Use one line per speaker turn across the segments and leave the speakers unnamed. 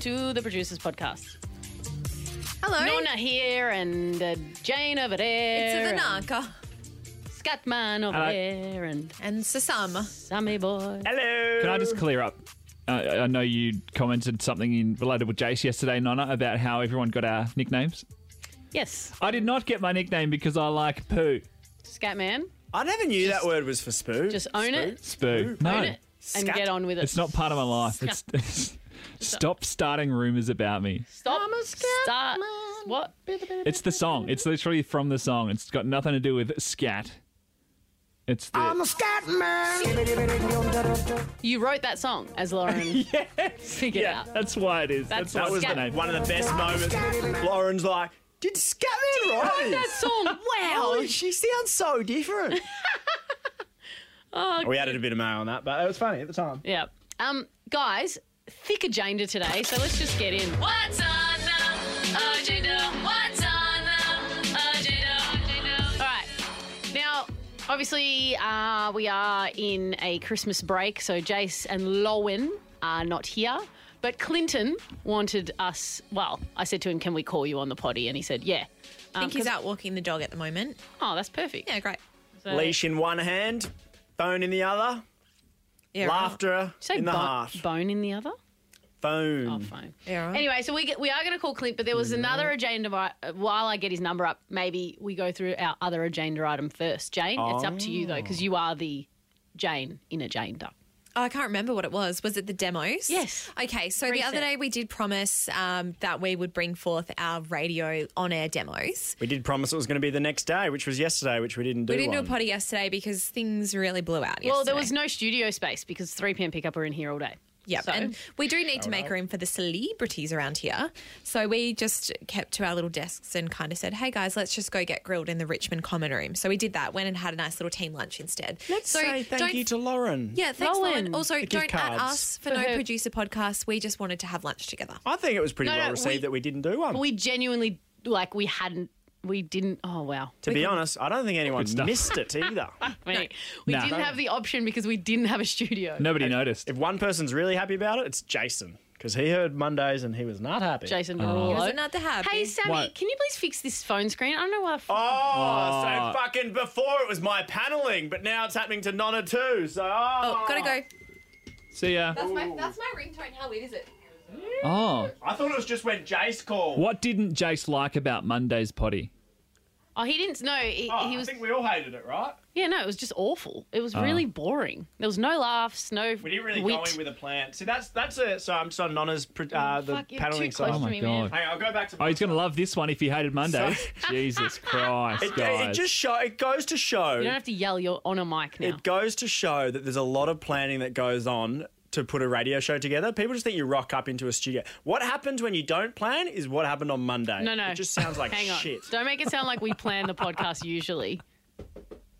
to the Producers Podcast.
Hello.
Nona here and uh, Jane over there.
it's a
and
Vinaka
Scatman over
Hello.
there and
and Sasama.
Sammy Boy.
Can I just clear up? Uh, I know you commented something in related with Jace yesterday, Nonna, about how everyone got our nicknames.
Yes,
I did not get my nickname because I like poo.
Scatman.
I never knew that word was for spoo.
Just own it.
Spoo. No,
Own it and
Scat-
get on with it.
it's not part of my life. It's, stop starting rumors about me.
Stop. Start. What?
It's the song. It's literally from the song. It's got nothing to do with scat. It's the
You wrote that song as Lauren figured
yeah.
out.
That's why it is.
That's
That's,
That
why
was
it's the
Scat-
name.
one of the best moments. Lauren's like, did Scatman write
That
this?
song. Wow.
Holy, she sounds so different. we added a bit of mayo on that, but it was funny at the time.
Yeah. Um, guys, thick agenda today, so let's just get in. What's on the agenda? What's on the agenda? All right. Now, obviously, uh, we are in a Christmas break, so Jace and Lowen are not here. But Clinton wanted us. Well, I said to him, "Can we call you on the potty?" And he said, "Yeah."
I think he's out walking the dog at the moment.
Oh, that's perfect.
Yeah, great.
So-
Leash in one hand, phone in the other,
Yeah,
laughter
Say
in the
bo-
heart.
bone in the other.
Phone.
Oh, fine.
Yeah, right.
Anyway, so we get, we are going to call Clint, but there was another agenda. i- While I get his number up, maybe we go through our other agenda item first. Jane, it's up to you though, because
Oh.
you are the Jane in agenda.
Oh, I can't remember what it was. Was it the demos?
Yes.
Okay, so the other
Reset.
day we did promise um, that we would bring forth our radio on air demos.
We did promise it was going to be the next day, which was yesterday, which we didn't do.
We didn't
one.
do a potty yesterday because things really blew out yesterday.
Well, there was no studio space because three pm pickup are in here all day.
Yep.
So-
And we do need to make room for the celebrities around here. So we just kept to our little desks and kind of said, hey guys, let's just go get grilled in the Richmond Common Room. So we did that, went and had a nice little team lunch instead.
Let's
so
say thank
don't-
you to Lauren.
Yeah, thanks, Lauren.
Lauren.
Also,
gift
don't at
cards.
us for, no
her-
producer podcast. We just wanted to have lunch together.
I think it was pretty
No,
well
no,
received
we-
that we didn't do one.
we genuinely like we hadn't. We didn't. Oh wow!
to be honest, I don't think anyone
stuff.
missed it either.
I mean, we
Nah.
didn't have the option because we didn't have a studio.
Nobody noticed.
if one person's really happy about it, it's Jason because he heard Mondays and he was not happy.
Jason Derulo.
Was it not the happy?
Hey Sammy,
What?
can you please fix this phone screen? I don't know why. The f-
Oh, so fucking before it was my paneling, but now it's happening to Nonna too. So oh,
Oh, gotta go.
See ya.
That's my, that's my ringtone. How weird is it?
Oh.
I thought it was just when Jace called.
What didn't Jace like about Monday's potty?
Oh, he didn't. No, he,
Oh,
he was.
I think we all hated it, right?
Yeah, no, it was just awful. It
Ah.
was really boring. There was no laughs, no.
We didn't really
wit.
go in with a plan. See, that's that's it. So I'm just on Nonna's pr- uh, the
Fuck, you're
paneling
too close
side.
to
Oh my
me, man.
God.
Hang on, I'll go back to.
Oh, he's going to love this one if he hated Mondays. Jesus Christ,
it,
guys.
it just show. It goes to show.
You don't have to yell. You're on a mic now.
It goes to show that there's a lot of planning that goes on to put a radio show together. People just think you rock up into a studio. What happens when you don't plan is what happened on Monday.
no, no.
It just sounds like
Hang on.
shit.
Don't make it sound like we plan the podcast usually.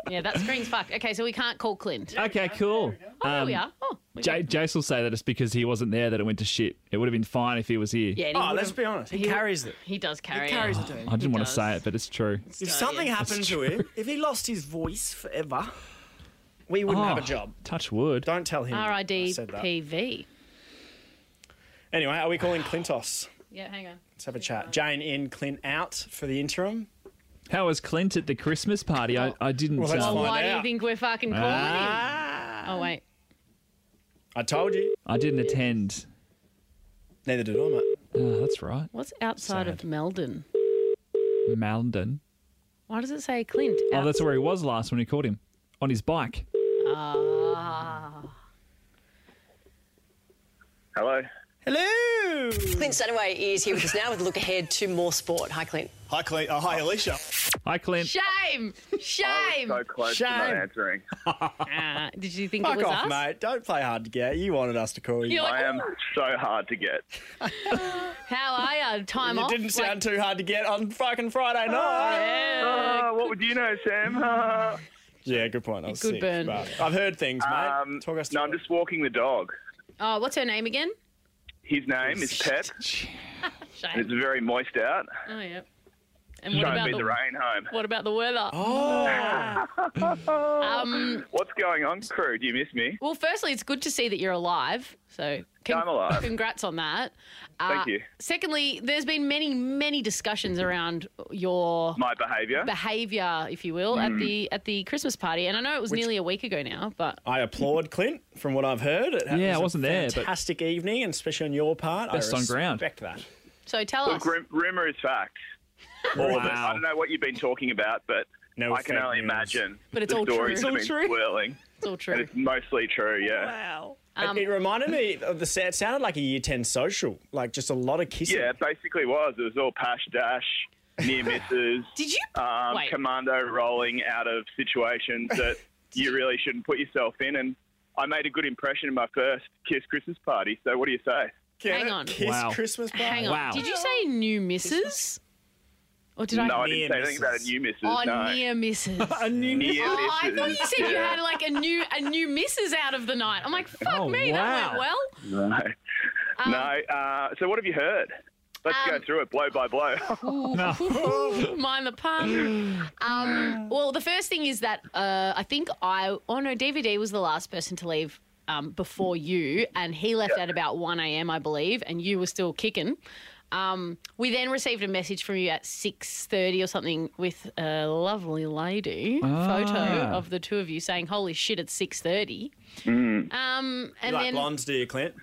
Yeah, that screen's fucked. Okay, so we can't call Clint.
okay, cool.
Oh, there
Um,
we are. Oh, we
Ja-
got-
Jace will say that it's because he wasn't there that it went to shit. It would have been fine if he was here.
Yeah, and he
Oh, let's
would've-
be honest. He,
he-
carries it.
He does carry.
carries
it.
it.
I didn't want to
does.
say it, but it's true.
If something happened to him, if he lost his voice forever, we wouldn't have a
Oh,
job.
Touch wood.
Don't tell him.
R I
I
D
said that.
P V.
Anyway, are we calling Clintos?
Yeah, hang on.
Let's have a chat. Jane in, Clint out for the interim.
How was Clint at the Christmas party? I, I didn't.
Well, that's
uh,
Oh,
Find
why do you
out.
think we're fucking calling
Ah.
him? Oh wait.
I told you.
I didn't attend.
Neither did I, mate.
Oh, that's right.
What's outside of Meldon?
Malden.
Why does it say Clint?
Oh, that's where he was last when he called him on his bike.
Ah.
Hello.
Hello.
Clint Stanaway is here with us now with a look ahead to more sport. Hi, Clint.
Hi, Clint. Oh, hi, Alicia.
Hi, Clint.
Shame. Shame.
So close to not
Shame.
answering.
Ah, did you think it
Fuck
was
off,
us?
mate. Don't play hard to get. You wanted us to call you.
You're like,
I am so hard to get.
how are you? Time
You
off.
didn't
Like,
sound too hard to get on fucking Friday night.
Uh,
Oh, what would you know, Sam? Uh,
Yeah, good point. I was
Good
sick,
burn.
but I've heard things, mate.
um,
Talk us
no,
through
I'm
it.
just walking the dog.
oh, what's her name again?
His name is Pep.
Shame.
It's very moist out.
Oh yeah. And what
Show
about
me
the,
the rain Oh. home.
what about the weather?
Oh.
um,
What's going on, crew? Do you miss me?
well, firstly, it's good to see that you're alive. So con-
I'm alive.
Congrats on that. Uh,
Thank you.
Secondly, there's been many, many discussions around your
My Hmm. behaviour.
behaviour, if you will, at the at the Christmas party. And I know it was nearly a week ago now, but
I applaud Clint from what I've heard. It
Yeah, I
was a
wasn't there, but-
Fantastic evening, and especially on your part.
Best
I
on ground.
Respect that.
so tell us.
Look, rum- rumour is fact. All of it. I
Wow.
don't know what you've been talking about, but
Oh. No
I can
fake
only
news.
imagine
But it's
the
all true.
stories
It's
have
all
been
true.
swirling.
It's all
And
true.
it's mostly true, yeah.
Wow.
Um,
it, it reminded me of the. It sounded like a year ten social, like just a lot of kissing.
Yeah, it basically was. It was all pash dash, near misses,
Did you?
um,
Wait.
commando rolling out of situations that you really shouldn't put yourself in. And I made a good impression in my first Kiss Christmas party. So what do you say?
Get
Hang
it?
on.
Kiss
Wow.
Christmas party.
Hang on.
Wow.
Did you say new misses? Or did
no,
I?
I didn't say
Near
anything about a
misses.
new missus.
Oh,
no.
near misses.
A new
Near
Oh, I thought you
misses,
said you
yeah.
had like a new a new missus out of the night. I'm like, fuck
Oh,
me, that
wow.
went well.
No. no. Uh, so what have you heard? Let's go
Um,
through it blow by blow.
Ooh, Mind the pun. Um, well, the first thing is that uh, I think I oh no, DVD was the last person to leave um, before you, and he left at about 1 a.m. I believe, and you were still kicking. Um, we then received a message from you at 6.30 or something with a lovely lady photo of the two of you saying, holy shit, it's 6.30. Um, and
You like
then...
blondes, do you, Clint?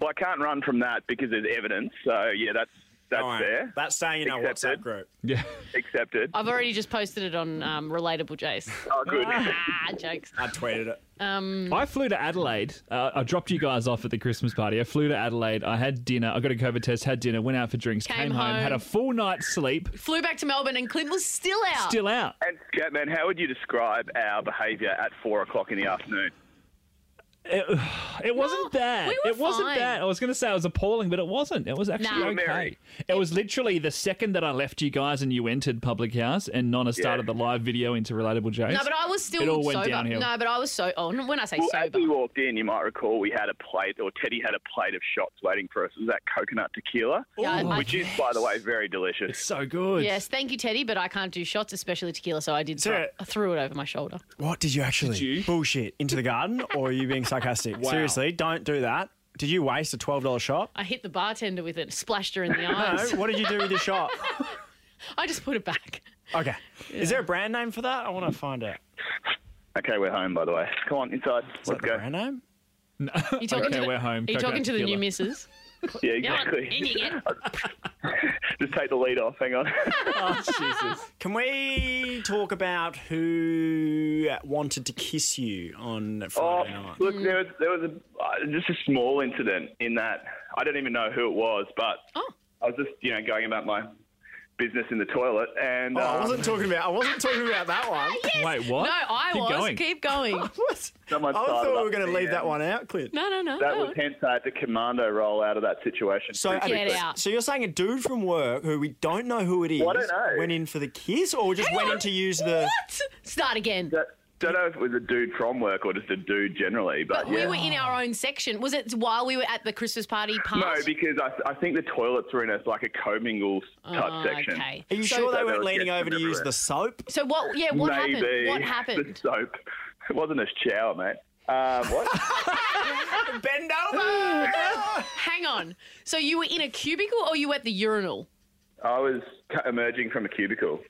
well, I can't run from that because there's evidence. So yeah, that's that's
All right.
there.
That's saying in our
Accepted.
WhatsApp group.
Yeah.
Accepted.
I've already just posted it on um, Relatable Jace.
oh, good.
ah, jokes.
I tweeted it.
I flew to Adelaide. Uh, I dropped you guys off at the Christmas party. I flew to Adelaide. I had dinner. I got a COVID test, had dinner, went out for drinks,
Came
came, home,
home.
had a full night's sleep,
Flew back to Melbourne and Clint was still out.
still out.
and Scatman, how would you describe our behaviour at four o'clock in the afternoon?
It wasn't bad.
we were
it wasn't
fine.
bad. I was going to say it was appalling, but it wasn't. It was actually
Nah. You
were
okay.
merry.
It was literally the second that I left you guys and you entered Public House and Nonna started the live video into Relatable Jokes.
No, but I was still
It all went
sober.
downhill.
No, but I was so on. When I say
Well, as
sober,
we walked in, you might recall we had a plate, or Teddy had a plate of shots waiting for us. It was that coconut tequila,
Yeah, I-
which is, by the way, very delicious.
so good.
yes, thank you, Teddy, but I can't do shots, especially tequila, so I did. Throw,
Sarah-
I threw it over my shoulder.
What did you actually?
you?
Bullshit. Into the garden, or are you being sarcastic? Seriously, don't do that. Did you waste a twelve dollar shot?
I hit the bartender with it, splashed her in the
No.
eyes.
What did you do with your shot?
I just put it back.
Okay. Is there a brand name for that? I want to find out.
Okay, we're home, by the way. Come on, inside.
Is that
Let's
the
go.
brand name?
You talking
Okay,
to the,
we're home.
Are you
Coconut
talking to the new
tequila.
missus?
Yeah,
Yeah, I'm
exactly.
ending it.
Just take the lead off. Hang on.
Oh, Can we talk about who wanted to kiss you on
Oh,
Friday night?
look, there
Mm.
was, there was a, uh, just a small incident in that I don't even know who it was, but
Oh.
I was just, you know, going about my business in the toilet, and
Oh, I
um,
wasn't talking about. I wasn't talking about that one.
Wait,
No,
what?
I
Keep
was.
going.
Keep going. No,
What?
Someone
I
started
thought we were
up
going to
the
leave that
end.
one out, Clint.
no, no.
That
no.
was hence I had to commando roll out of that situation.
So,
pretty
Get
quickly.
out.
so you're saying a dude from work who we don't know who it is
Well, I don't know.
went in for the kiss, or just went in to use the?
What? Start again.
That, don't know if it was a dude from work or just a dude generally, but,
But we
yeah.
were in our own section. Was it while we were at the Christmas party? Part?
no, because I, I think the toilets were in a like a commingle type
Oh,
section.
Okay.
Are you
So-
sure they
So
weren't
they'll
leaning
get
over to
them
use
everywhere.
the soap?
So what? Yeah, what
Maybe
happened? What
the
happened?
soap. It wasn't a shower, mate. Um, what?
Bend over.
Hang on. So you were in a cubicle or you were at the urinal?
I was cu- emerging from a cubicle.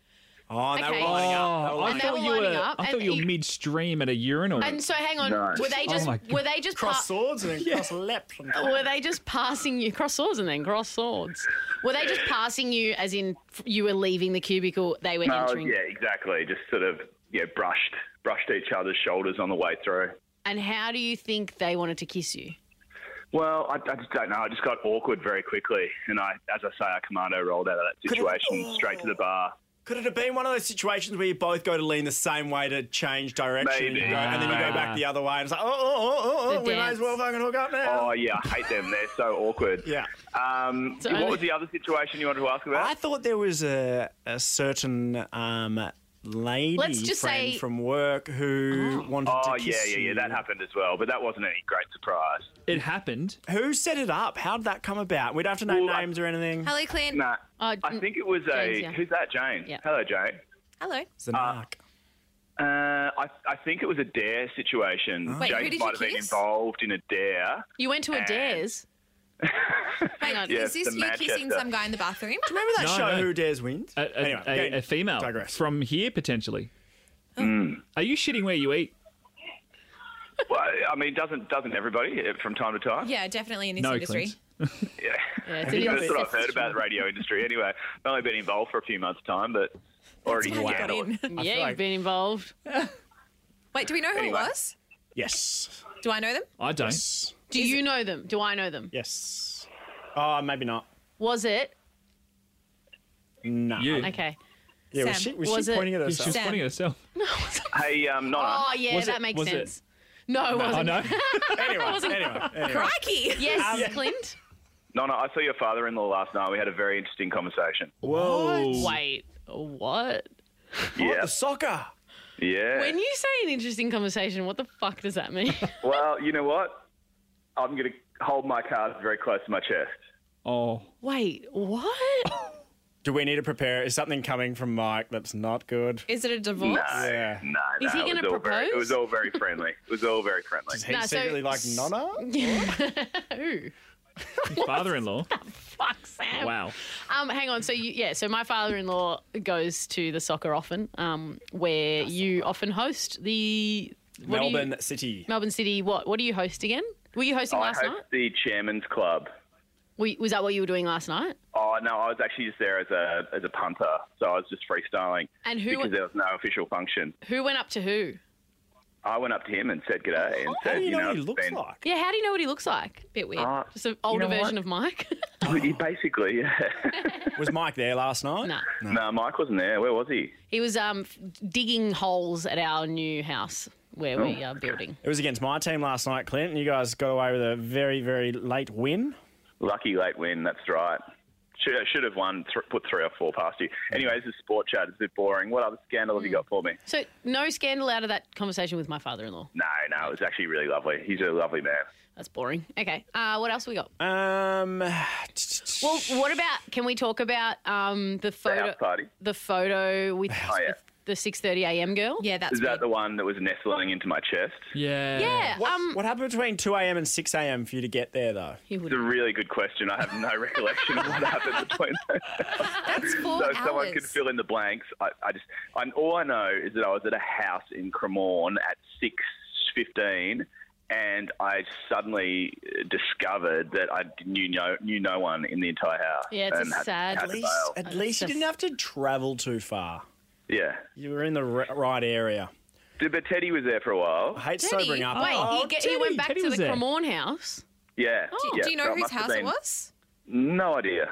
Oh, and they
Okay.
were lining up. They were
Oh, I
And
lining
they
up.
were
thought you were.
lining up,
I
and
thought you were
he-
midstream at a urinal.
And so hang on,
No.
were they
Oh
just
my God.
were they just
Cross
pa-
swords and then cross left. and-
were they just passing you cross swords and then cross swords? Were they just passing you as in f- you were leaving the cubicle, they were
No,
entering?
yeah, exactly. Just sort of yeah, brushed brushed each other's shoulders on the way through.
And how do you think they wanted to kiss you?
Well, I, I just don't know. I just got awkward very quickly, and I, as I say, I commando rolled out of that
Could it-
situation straight to the bar.
Could it have been one of those situations where you both go to lean the same way to change direction, and, you
Maybe.
go, and then you go back the other way, and it's like, oh, oh, oh, oh,
Ah. The
oh we may
dance.
as well fucking hook up now.
Oh yeah, I hate them. They're so awkward.
yeah.
Um,
So
what
only-
was the other situation you wanted to ask about?
I thought there was a, a certain um, lady
Let's just
friend
say-
from work who wanted
Oh,
to
yeah,
kiss
yeah, yeah.
you.
That happened as well, but that wasn't any great surprise.
It happened.
Who set it up? How'd that come about? We don't have to name
Well, I-
names or anything.
Hello, Clint.
Nah.
Oh,
I think it was
Jane's,
a.
yeah.
Who's that, Jane?
Yeah.
Hello, Jane.
Hello.
It's an arc.
Uh, I, I think it was a dare situation.
Wait, who
James
did you
might have been
kiss?
involved in a dare.
You went to a
And-
dares. Hang on.
Yeah.
Is this
the
you kissing
Manchester.
some guy in the bathroom?
Remember that
No,
show
no.
Who Dares Wins?
A, a,
anyway,
a-
okay,
a female
Digress. Hmm.
from here potentially. Are you shitting where you eat?
well, I mean, doesn't doesn't everybody uh, from time to time?
Yeah, definitely in this
No,
industry.
Clint.
Yeah, it's
That's
it is-
what I've
it's-
heard about the radio industry. Anyway, I've only been involved for a few months' time, but already
That's why you got
handled.
in.
Yeah, you've
like-
been involved.
Wait, do we know who
Anyway.
it was?
Yes.
Do I know them?
I don't.
Do you know them? Do I know them?
Yes. Oh, maybe not.
Was it?
No.
You.
Okay.
Yeah, was
Sam,
she, was
was
she
it-
pointing at
She's
herself?
just
Sam.
pointing at herself.
Hey, um, Nonna.
Oh, yeah,
Was
that
it-
makes
was it-
sense. No, it wasn't.
I know.
anyway, anyway, anyway.
Crikey.
Yes, Clint.
Nonna, I saw your father-in-law last night. We had a very interesting conversation.
Whoa.
Wait, what?
yeah,
The soccer.
yeah.
When you say an interesting conversation, what the fuck does that mean?
well, you know what? I'm going to hold my cards very close to my chest.
Oh,
Wait, what?
Do we need to prepare? Is something coming from Mike that's not good?
Is it a divorce?
Yeah.
No, no.
Is he
it was
gonna
all very- It
propose?
was all very friendly. It was all very friendly.
Is he
No, so-
secretly like Nonna?
Ooh,
father-in-law.
fuck, Sam.
Wow.
Um, hang on. So you, yeah, so my father-in-law goes to the soccer often, um, where you often host the what do you-
Melbourne City.
Melbourne City. What? What do you host again? Were you hosting
I
last
host
night?
the Chairman's Club.
Were you- was that what you were doing last night?
Oh no, I was actually just there as a as a punter, so I was just freestyling.
And who-
Because uh, there was no official function.
Who went up to who?
I went up to him and said good day,
Oh.
and
How
said,
do you know what
it's
he looks
been-
like?
Yeah, how do you know what he looks like?
Bit weird.
Uh,
Just an older
know what?
version of Mike.
He basically, yeah.
Was Mike there last night?
nah.
no. Mike wasn't there. Where was he?
He was um, f- digging holes at our new house where we are building.
It was against my team last night, Clint, and you guys got away with a very, very late win.
Lucky late win. That's right. Should should have won. Th- put three or four past you. Anyway, this is sport chat. It's a bit boring. What other scandal have you got for me?
So no scandal out of that conversation with my father-in-law.
No, no. It was actually really lovely. He's a lovely man.
That's boring. Okay. Uh, what else we got?
Um,
Well, what about? Can we talk about um, the
The
photo?
house party.
The photo with,
yeah.
with the six thirty a.m. girl.
yeah, that's
Is that
weird.
the one that was nestling into my chest?
Yeah.
Yeah.
what,
um,
what happened between 2 a.m. and 6 a.m. for you to get there, though?
he
It's a
would.
really good question. I have no recollection of what happened between those.
That's four
So
hours.
if someone can fill in the blanks. I, I just, i all I know is that I was at a house in Cremorne at six fifteen, and I suddenly uh, discovered that I knew no knew no one in the entire house.
Yeah, it's a
and had-
sad
had to
lease.
bail.
At least
just-
you didn't have to travel too far.
Yeah,
You were in the r- right area.
Did- but Teddy was there for a while.
I hate
Teddy?
sobering up.
Wait,
Oh,
he, get,
Teddy,
he went back
Teddy
to
was
the
there.
Cremorne house.
Yeah. yeah,
Oh, Do you
so
know
I
whose
must have
house it
been-
was?
No idea.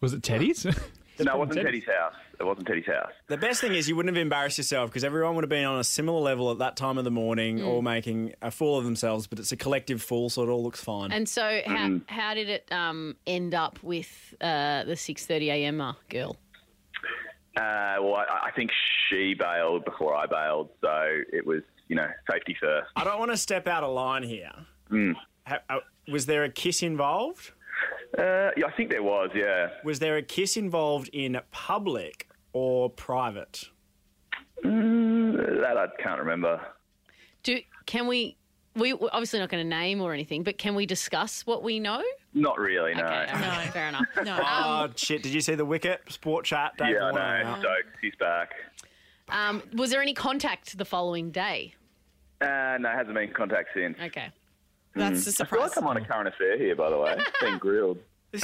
Was it Teddy's?
no, it wasn't
Teddy's.
Teddy's house. It wasn't Teddy's house.
The best thing is you wouldn't have embarrassed yourself because everyone would have been on a similar level at that time of the morning, all making a fool of themselves. But it's a collective fool, so it all looks fine.
And so, how, how did it um, end up with uh, the six thirty a.m. -er girl?
Uh, well, I, I think she bailed before I bailed, so it was you know safety first.
I don't want to step out of line here. Ha- uh, was there a kiss involved?
Uh, yeah, I think there was. Yeah.
Was there a kiss involved in public or private?
That I can't remember.
Do can we? We we're obviously not going to name or anything, but can we discuss what we know?
Not really, no.
Okay, all right, fair enough. No.
Oh shit! Did you see the wicket sport chat? Dave
Yeah,
Warner.
I know. Stokes, he's back.
Um, was there any contact the following day?
Uh, no, hasn't been in contact since.
Okay.
That's a
I feel
surprise.
like I'm on a current affair here, by the way. Being grilled.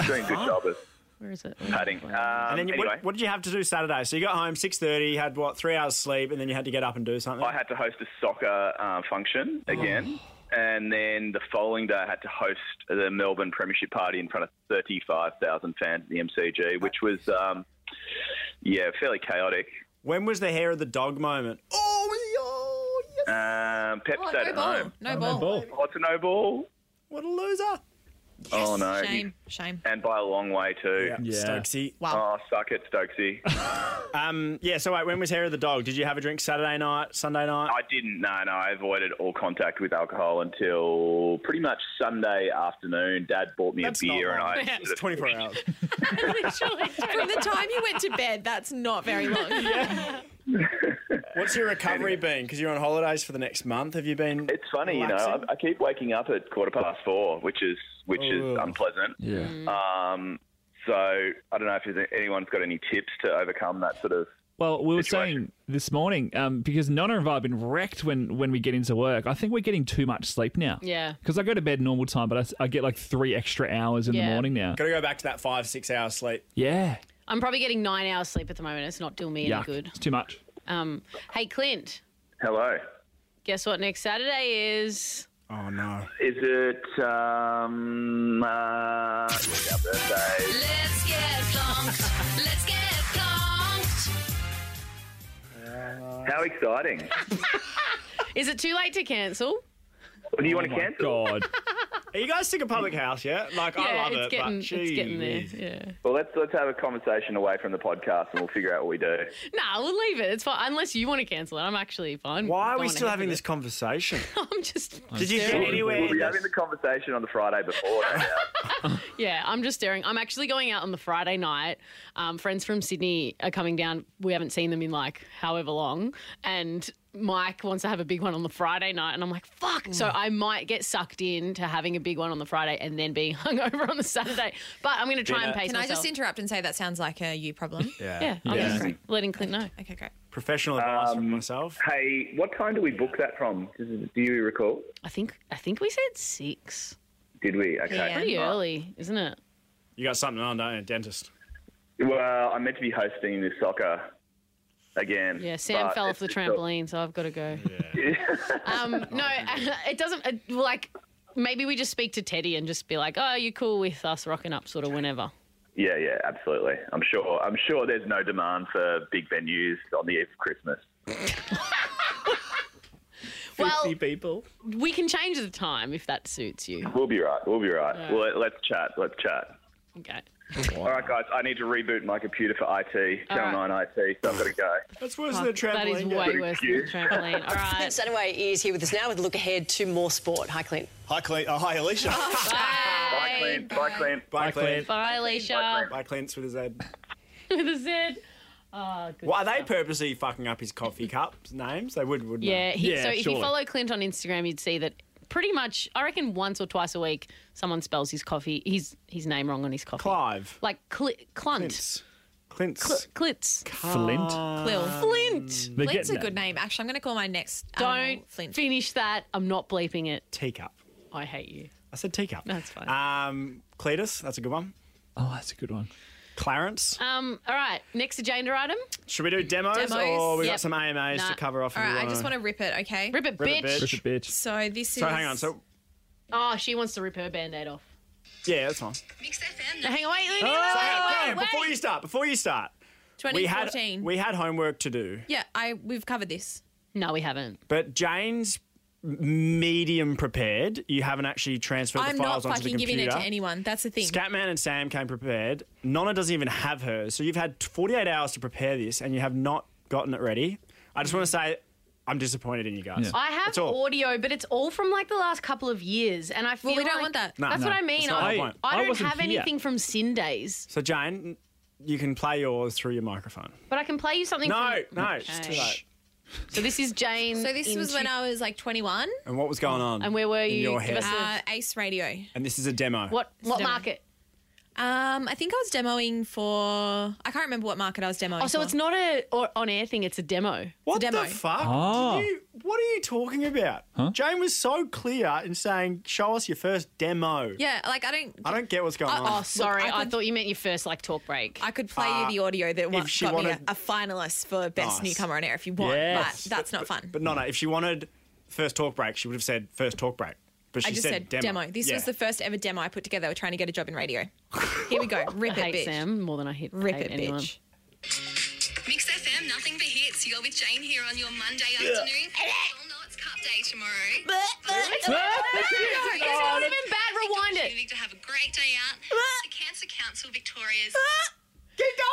Doing a good job of
Where is it?
padding. Um,
And then you,
anyway,
what, what did you have to do Saturday? So you got home six thirty, had what three hours sleep, and then you had to get up and do something.
I had to host a soccer uh, function again.
Oh.
And then the following day, I had to host the Melbourne Premiership Party in front of 35,000 fans at the MCG, which was, um, yeah, fairly chaotic.
when was the hair of the dog moment? Oh, yeah, yes.
Um, Pep
Oh,
stayed
no
at
ball.
home.
No ball.
Oh, it's a no ball.
what a loser!
Oh no.
Shame. Shame.
And by a long way too.
Yeah.
Yeah.
Stokesy. Um,
Wow.
Oh, suck it, Stokesy.
Yeah, so wait, when was Hair of the Dog? Did you have a drink Saturday night, Sunday night?
I didn't. No, no. I avoided all contact with alcohol until pretty much Sunday afternoon. Dad bought me
That's
a
not
beer, and
long.
I
Yeah.
sort
It's
of
24 hours.
Literally.
From the time you went to bed, that's not very long.
What's your recovery been? Because you're on holidays for the next month. Have you been?
It's funny, you know.
relaxing?
I, I keep waking up at quarter past four, which is which is
Ugh.
unpleasant.
Yeah.
Um, so I don't know if there's- anyone's got any tips to overcome that sort of.
Well, we were
situation.
saying this morning um, because Nonna and I have been wrecked when, when we get into work. I think we're getting too much sleep now.
Yeah.
Because I go to bed normal time, but I s- I, get like three extra hours in
Yeah.
the morning now.
Got to go back to that five, six hour sleep.
Yeah.
I'm probably getting nine hours sleep at the moment. It's not doing me
Yeah.
any good.
It's too much.
Um, hey, Clint,
Hello,
guess what next Saturday is?
Oh, no.
is it um, uh, our birthday?
Let's get conked. Let's get conked.
How exciting!
Is it too late to cancel?
Do you want to
Oh My
cancel?
God.
Are you guys sick of public house yet? Like, I love
it's
it,
getting
but
it's getting there.
geez.
Yeah.
Well, let's let's have a conversation away from the podcast, and we'll figure out what we do.
Nah, we'll leave it. It's fine. Unless you want to cancel it, I'm actually fine.
Why are we
Going
still
ahead
having
with
this conversation?
it. I'm just.
Did you get anywhere?
We'll
in
be having
this?
the conversation on the Friday before. no doubt.
Yeah, I'm just staring. I'm actually going out on the Friday night. Um, friends from Sydney are coming down. We haven't seen them in like however long, and Mike wants to have a big one on the Friday night, and I'm like, fuck.
Mm.
So I might get sucked into having a big one on the Friday and then being hungover on the Saturday. But I'm going to try and
Dinner.
pace
Can I
myself.
just interrupt and say that sounds like a you problem?
yeah, I'm
Yeah.
just letting Clint know.
Okay, great.
Professional advice from myself.
Hey, what time do we book that from? Does- Do you recall?
I think I think we said six.
Did we? Okay.
Yeah.
Pretty early, isn't it?
You got something on, don't you? Dentist.
Well, I'm meant to be hosting this soccer again.
Yeah, Sam
but
fell off
it's-
the
it's all-
trampoline, so I've got to go. um, no, it doesn't. It, like, maybe we just speak to Teddy and just be like, "Oh, you cool with us rocking up, sort of whenever."
Yeah, yeah, absolutely. I'm sure. I'm sure there's no demand for big venues on the eve of Christmas.
Well,
people.
we can change the time if that suits you.
We'll be right. We'll be right. Well, let's chat. Let's chat.
Okay.
All right, guys. I need to reboot my computer for IT, Channel
right.
Nine IT. So I've got to go.
That's worse than a trampoline.
That is
yeah.
way worse than the trampoline. All right.
Clint Dunaway is here with us now with a look ahead to more sport. Hi, Clint.
Hi, Clint. Oh, hi, Alicia.
Bye, Clint. Bye, Clint.
Bye, Clint.
Bye, Alicia.
Bye, Clint's with his head.
With a Z. Oh, good.
Why are they purposely fucking up his coffee cup's names? They would, wouldn't
Yeah.
they?
He,
Yeah,
so if you
surely.
follow Clint on Instagram, you'd see that pretty much. I reckon once or twice a week, someone spells his coffee, his his name wrong on his coffee.
Clive.
Like cl- clunt.
Clint's. Clint's.
Cl- clits.
Flint.
Lil.
Flint.
They're
Oh. Flint's a
Uh, getting
good
it.
name. Actually, I'm going to call my next animal
Don't
Flint.
finish that. I'm not bleeping it.
Teacup.
I hate you.
I said teacup.
That's fine.
Um, Cletus, that's a good one.
Oh, that's a good one.
Clarence.
Um, all right. Next agenda item.
Should we do demos,
Demos.
or we
Yep.
got some AMAs
Nah.
to cover off?
All right, I just want to rip it, okay?
Rip it,
Rip
bitch.
it, bitch.
Richard Bitch.
So this is.
So hang on. So
Oh, she wants to rip her band aid off. Ah.
yeah, that's fine.
Mix FM
Now,
941.
hang on. Wait, Lily.
So,
wait,
hang
wait,
on, before
wait.
you start, before you start, we had
2014.
we had homework to do,
yeah, I we've covered this.
No, we haven't.
but Jane's medium prepared. You haven't actually transferred
I'm
the
not
files onto the
fucking
computer.
giving it to anyone. That's the thing.
Scatman and Sam came prepared. Nonna doesn't even have hers. So you've had 48 hours to prepare this and you have not gotten it ready. I just want to say I'm disappointed in you guys.
Yeah.
I have
That's all.
audio, but it's all from like the last couple of years, and I feel
we don't
like-
want that. No,
that's
no,
what I mean.
that's not
I,
my point.
I
I
don't
wasn't
have
here.
anything from Sin days,
So, Jane, you can play yours through your microphone.
but I can play you something.
No,
from-
no, it's too late.
So this is Jane.
So this
in
was when
two-
I was like 21.
And what was going on?
And where were
in
you?
your
Give
head.
us a-
Uh, Ace Radio.
and this is a demo.
What what
Cinema.
market?
Um, I think I was demoing for. I can't remember what market I was demoing.
Oh, so
for.
it's not a or, on air thing. It's a demo.
What
It's a
the
demo.
fuck?
Ah.
Did you, what are you talking about? Jane was so clear in saying, "Show us your first demo."
Yeah, Uh, like I don't.
I don't get what's going
Oh,
on.
sorry.
I
I,
could-
thought you meant your first like talk break.
I could play you the audio that once
Uh, she
got me
wanted-
a, a finalist for best
Nice.
newcomer on air if you want,
Yes.
but that's not fun.
But Nonna, if she wanted first talk break, she would have said first talk break. But she
I just said, demo. This
Yeah.
was the first ever demo I put together. We're trying to get a job in radio. Here we go. Rip
I
it, bitch.
hate Sam more than I hate,
Rip
hate
it,
anyone.
bitch.
Mix FM, nothing but hits. You're with Jane here on your Monday afternoon. Y'all know it's Cup Day tomorrow.
It's not even bad. Rewind it.
everybody to have a great day out. The Cancer Council Victoria's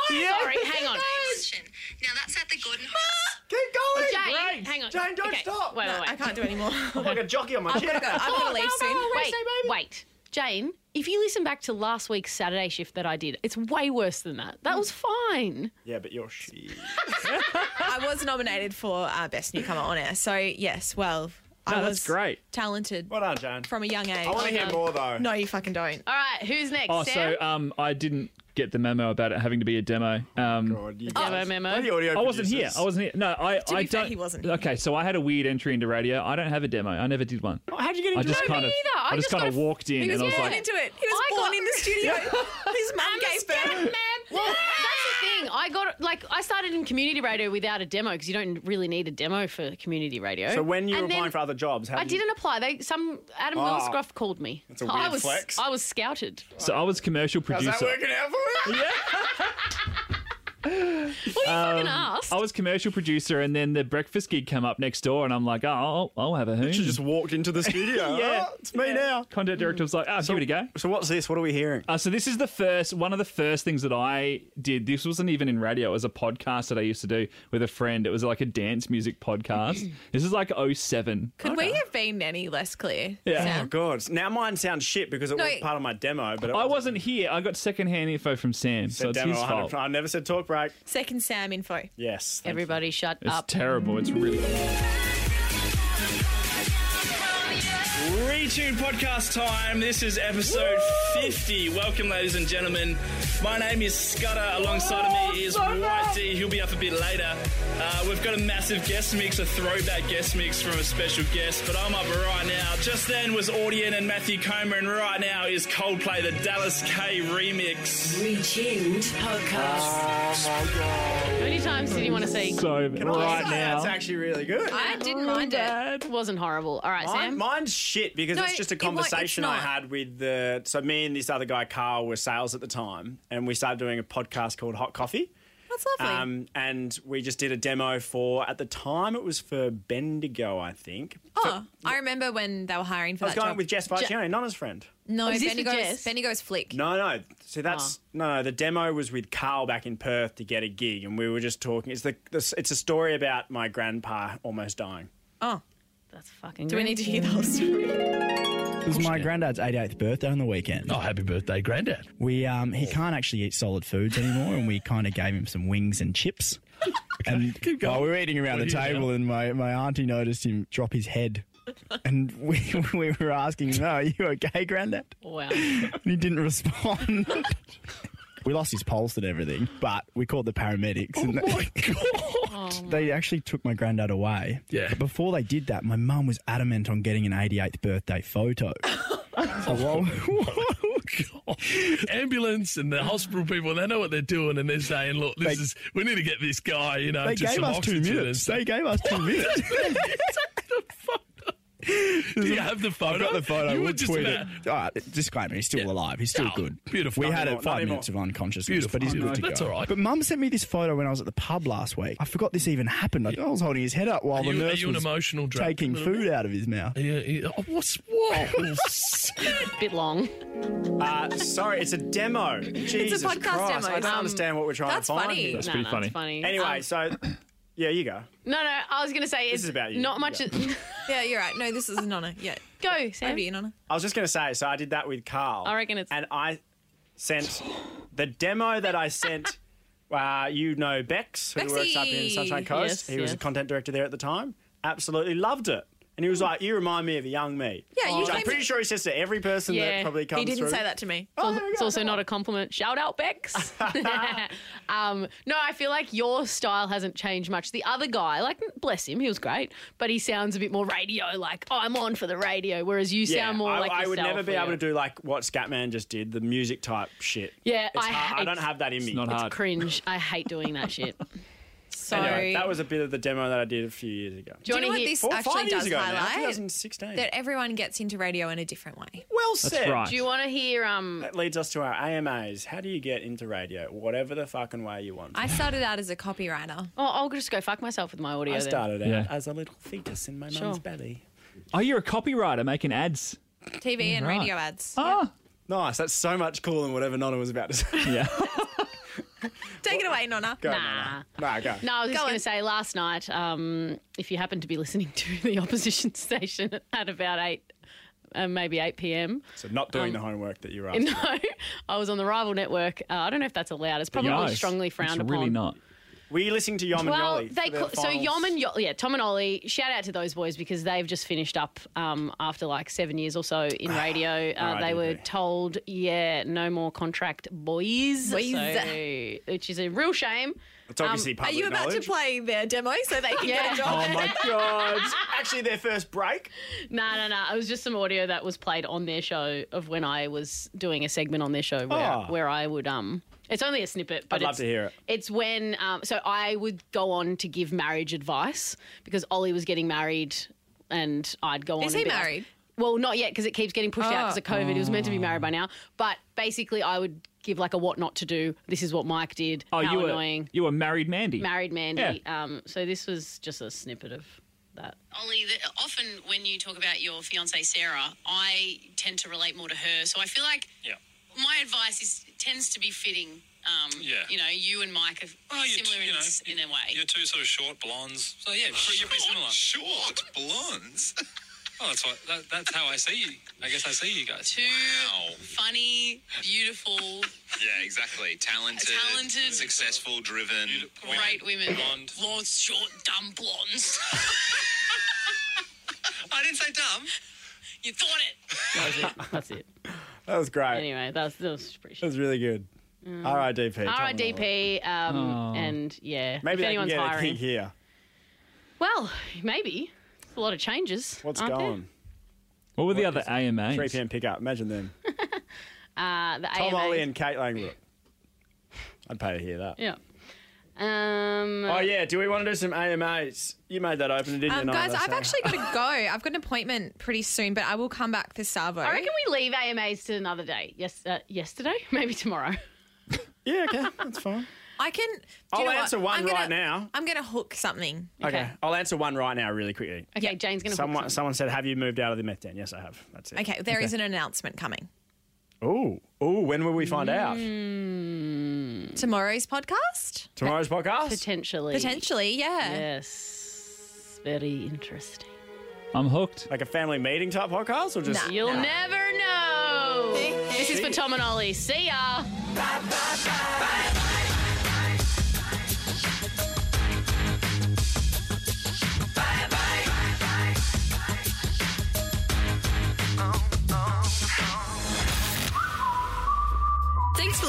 Sorry, hang on.
luncheon. Now that's at the Gordon House.
Keep going.
Jane,
Great.
hang on.
Jane, don't
Okay,
stop.
Wait, wait,
I
wait.
can't do anymore.
I'm like a jockey on my
I've got to go. I'm going to leave soon.
Oh, wait, wait. Jane, if you listen back to last week's Saturday shift that I did, it's way worse than that. That was fine.
Yeah, but you're shit.
I was nominated for uh, Best Newcomer on Air. So, yes, well, I
No,
was
that's great.
talented
Well done, Jane.
from a young age.
I want to hear more though.
no, you fucking don't.
All right, who's next?
Oh,
Sam?
so um, I didn't get the memo about it having to be a demo. Um,
God, you
Demo
Oh.
guys.
memo.
uh, Bloody audio
I wasn't here.
producers.
I wasn't here. No, I,
be
I
fair,
don't.
he wasn't here.
Okay, so I had a weird entry into radio. I don't have a demo. I never did one.
Oh, How'd you get
I
into
just
it?
kind of,
either. I
I just
just
kind
got
of
a-
walked in
He was
and I was
born
like,
into it. He was
I
born
got-
in the studio. His mum gave birth.
Well, that's the thing. I got like I started in community radio without a demo because you don't really need a demo for community radio.
So when you were
And then
applying for other jobs, how
I
did you-
didn't apply. They some Adam
Oh.
Wellscroft called me.
That's a
I
weird
was
flex.
I was scouted.
so I was commercial
How's
producer.
that working out for you?
Well, you
Um,
fucking asked.
I was commercial producer, and then the breakfast gig came up next door, and I'm like, oh, I'll, I'll have a hoon.
She just walked into the studio.
Yeah.
Oh, it's me now.
Content director was like, ah, give it a go.
So what's this? What are we hearing?
Uh, so this is the first one of the first things that I did. This wasn't even in radio. It was a podcast that I used to do with a friend. It was like a dance music podcast. this is like 07.
Could we have been any less clear?
Yeah.
Oh god! Now mine sounds shit because it
No,
was
it-
part of my demo, but it
I wasn't here. I got secondhand info from Sam, so
Said
it's
demo
his
100
fault.
I never said talk break.
Second Sam info.
Yes. thank you.
Everybody, shut
It's
up.
terrible. It's really.
Retune podcast time. This is episode 50. Welcome, ladies and gentlemen. My name is Scudder. Alongside of me is Whitey. He'll be up a bit later. Uh, we've got a massive guest mix, a throwback guest mix from a special guest, but I'm up right now. Just then was Audion and Matthew Comer, and right now is Coldplay, the Dallas K remix.
Retuned podcast.
How many times did you want to see?
So right now,
Oh, That's actually really good.
I didn't mind it.
It wasn't horrible. All right,
Mine,
Sam.
mine's shit because
No,
it's just a
it wa- it's
conversation I
not.
had with the. So me and this other guy, Carl, were sales at the time, and we started doing a podcast called Hot Coffee.
That's lovely.
Um, and we just did a demo for, at the time, it was for Bendigo, I think.
oh, I remember when they were hiring for
I was
that
going
job.
with Jess Vicione, Nana's friend.
no,
is this for
Bendigo's,
Jess?
Bendigo's flick.
No, no. See, that's no, no. The demo was with Carl back in Perth to get a gig, and we were just talking. It's the, the it's a story about my grandpa almost dying.
Oh,
That's fucking.
do we
good.
need to hear the whole story?
It was my granddad's 88th birthday on the weekend.
Oh, happy birthday, Grandad.
We um, he can't actually eat solid foods anymore, and we kind of gave him some wings and chips. and while we were eating around
What
the
do you do?
table, and my, my auntie noticed him drop his head, and we we were asking, him, "Are you okay, granddad?"
Wow.
And he didn't respond. we lost his pulse and everything, but we called the paramedics.
Oh
and They actually took my granddad away.
Yeah.
But before they did that, my mum was adamant on getting an 88th birthday photo. so while,
Ambulance and the hospital people, they know what they're doing, and they're saying, "Look, this
They-
is we need to get this guy, you know,
They
to
gave
some
us two
oxygen and
minutes.
stuff."
They gave us two minutes.
Do you have the photo?
I've got the photo.
You were
we'll
just
tweet
about.
it. All right, disclaimer: he's still
Yeah.
alive. He's still
Oh,
good.
beautiful.
We
Not
had
anymore,
it
not
five
anymore.
minutes of unconsciousness,
Beautiful,
but he's
you know,
good to
that's
go.
all right.
But Mum sent me this photo when I was at the pub last week. I forgot this even happened. I, I was holding his head up while
you-
the
are
nurse
you an
was
emotional drunk
taking
a little
food out of his mouth.
Yeah, yeah. Oh, what's what?
Bit long.
Uh, sorry, it's a demo. Jesus
podcast
Christ,
demo.
I don't
Um,
understand what we're trying
that's
to find.
funny.
here.
That's
no,
pretty
no,
funny.
It's funny.
Anyway,
Um,
so yeah, you go.
no, no. I was going to say it's
is about you.
Not much.
Yeah.
Yeah, you're right. No, this is an honour. Yeah,
Go, Sam.
over you, Nonna.
I was just going to say, so I did that with Carl.
I reckon it's-
And I sent the demo that I sent. Uh, you know Bex, who works up in
Bexy.
Sunshine Coast.
Yes,
he was
yes.
a content director there at the time. Absolutely loved it. And he
Hmm.
was like, "You remind me of a young me."
Yeah, you
Which I'm
came-
pretty sure he says to every person
Yeah,
that probably comes
He didn't
through.
say that to me.
Oh, there we
It's
go.
also not a compliment. Shout out, Bex. um, no, I feel like your style hasn't changed much. The other guy, like, bless him, he was great, but he sounds a bit more radio, like, oh, I'm on for the radio, whereas you
Yeah,
sound more
I,
like
I would
yourself,
never be
yeah.
able to do like what Scatman just did, the music type shit.
Yeah,
It's
I
hard- I
hate-
don't have that in me.
not hard.
Cringe. I hate doing that shit.
So
Anyway, that was a bit of the demo that I did a few years ago.
Do
Do
you
you know
want
what
to hear?
this
Four-
actually
five years
does
ago now,
highlight?
2016.
That everyone gets into radio in a different way.
well said.
That's right.
Do you want to hear? Um,
That leads us to our AMAs. How do you get into radio? Whatever the fucking way you want.
I started out as a copywriter.
oh, I'll just go fuck myself with my audio.
I
then.
started out
Yeah.
as a little fetus in my
Sure.
mum's belly.
oh, you're a copywriter making ads.
TV and
Right.
Oh,
radio ads.
Ah,
Nice. That's so much cooler than whatever Nonna was about to say.
Yeah.
Take it away, Nonna.
Go,
Nah.
Nah, go.
No, I was just
Go
going
on.
to say last night, um, if you happen to be listening to the opposition station at about 8, uh, maybe 8 p.m.,
So not
Um,
doing the homework that you were asked.
no, I was on the Rival Network. Uh, I don't know if that's allowed. It's probably
No,
strongly frowned
it's
upon.
really not.
Were you listening to Yom
Well,
and Yoli?
they
for their
call, so
finals?
Yom and Yo- yeah, Tom and Ollie. Shout out to those boys because they've just finished up um, after like seven years or so in radio. Uh, they
RIDB.
were told, yeah, no more contract, boys,
Boys.
So, which is a real shame.
It's
Um,
obviously
Are
public
you about
knowledge.
to play their demo so they can
Yeah.
get a job?
Oh my god! Actually, their first break.
No, no, no. It was just some audio that was played on their show of when I was doing a segment on their show where,
Ah.
where I would um. It's only a snippet, but
I'd love
it's-
to hear it.
It's when um, so I would go on to give marriage advice because Ollie was getting married, and I'd go on.
Is
and
he
be like-
married?
well, not yet because it keeps getting pushed out
Oh.
because of COVID. He was meant to be
Ah.
married by now, but basically, I would give like a what not to do. This is what Mike did.
Oh,
How
you were
annoying.
you were married, Mandy.
Married Mandy. Um, so this was just a snippet of that.
Ollie, the, often when you talk about your fiance Sarah, I tend to relate more to her. So I feel like
Yeah.
my advice is tends to be fitting. Um,
Yeah.
You know, you and Mike are
Oh, you're
similar
t- you
in,
know,
s- in a way.
You're two sort of short blondes. So yeah, pretty- you're pretty similar.
Short blondes.
Oh, that's what, that, that's how I see you. I guess I see you guys.
Two
Wow.
funny, beautiful,
Yeah, exactly. Talented,
Talented.
successful, driven.
great women.
Blonde.
Blonde, short, dumb blondes.
I didn't say dumb.
you thought it.
That's it.
That was great.
Anyway, Mm. that was, that was pretty.
That was really good. R.I.D.P. Tom and Ollie.
RIDP, um, and yeah,
Maybe
if
they can
anyone's
get a
hiring.
gig here.
Well, maybe. It's a lot of changes.
What's
aren't there?
going?
What were the other AMAs?
3 p.m. pickup. Imagine them.
Uh, the
Tom
AMAs.
Ollie and Kate Langbrook. I'd pay to hear that.
Yeah. Um,
Oh yeah, do we want to do some AMAs? You made that opener, didn't
Um,
you?
guys,
Nana?
I've
So-
actually got to go. I've got an appointment pretty soon, but I will come back for Savo.
I reckon we leave AMAs to another day. Yes, uh, yesterday, maybe tomorrow.
Yeah, okay, that's fine.
I can. do you
I'll
know what?
answer one
I'm gonna-
right now.
I'm going to hook something.
Okay.
Okay.
I'll answer one right now, really quickly.
Okay, Jane's gonna. hook
Someone,
something.
someone said, "Have you moved out of the meth den?" Yes, I have. That's it.
Okay, there is an announcement coming.
Oh, oh, when will we find
Mm.
out?
Tomorrow's podcast?
Tomorrow's podcast.
potentially.
Potentially, yeah.
Yes. Very interesting.
I'm hooked.
Like a family meeting type podcast, or just
Nah.
You'll never know. this is for Tom and Ollie. See ya.
Thanks for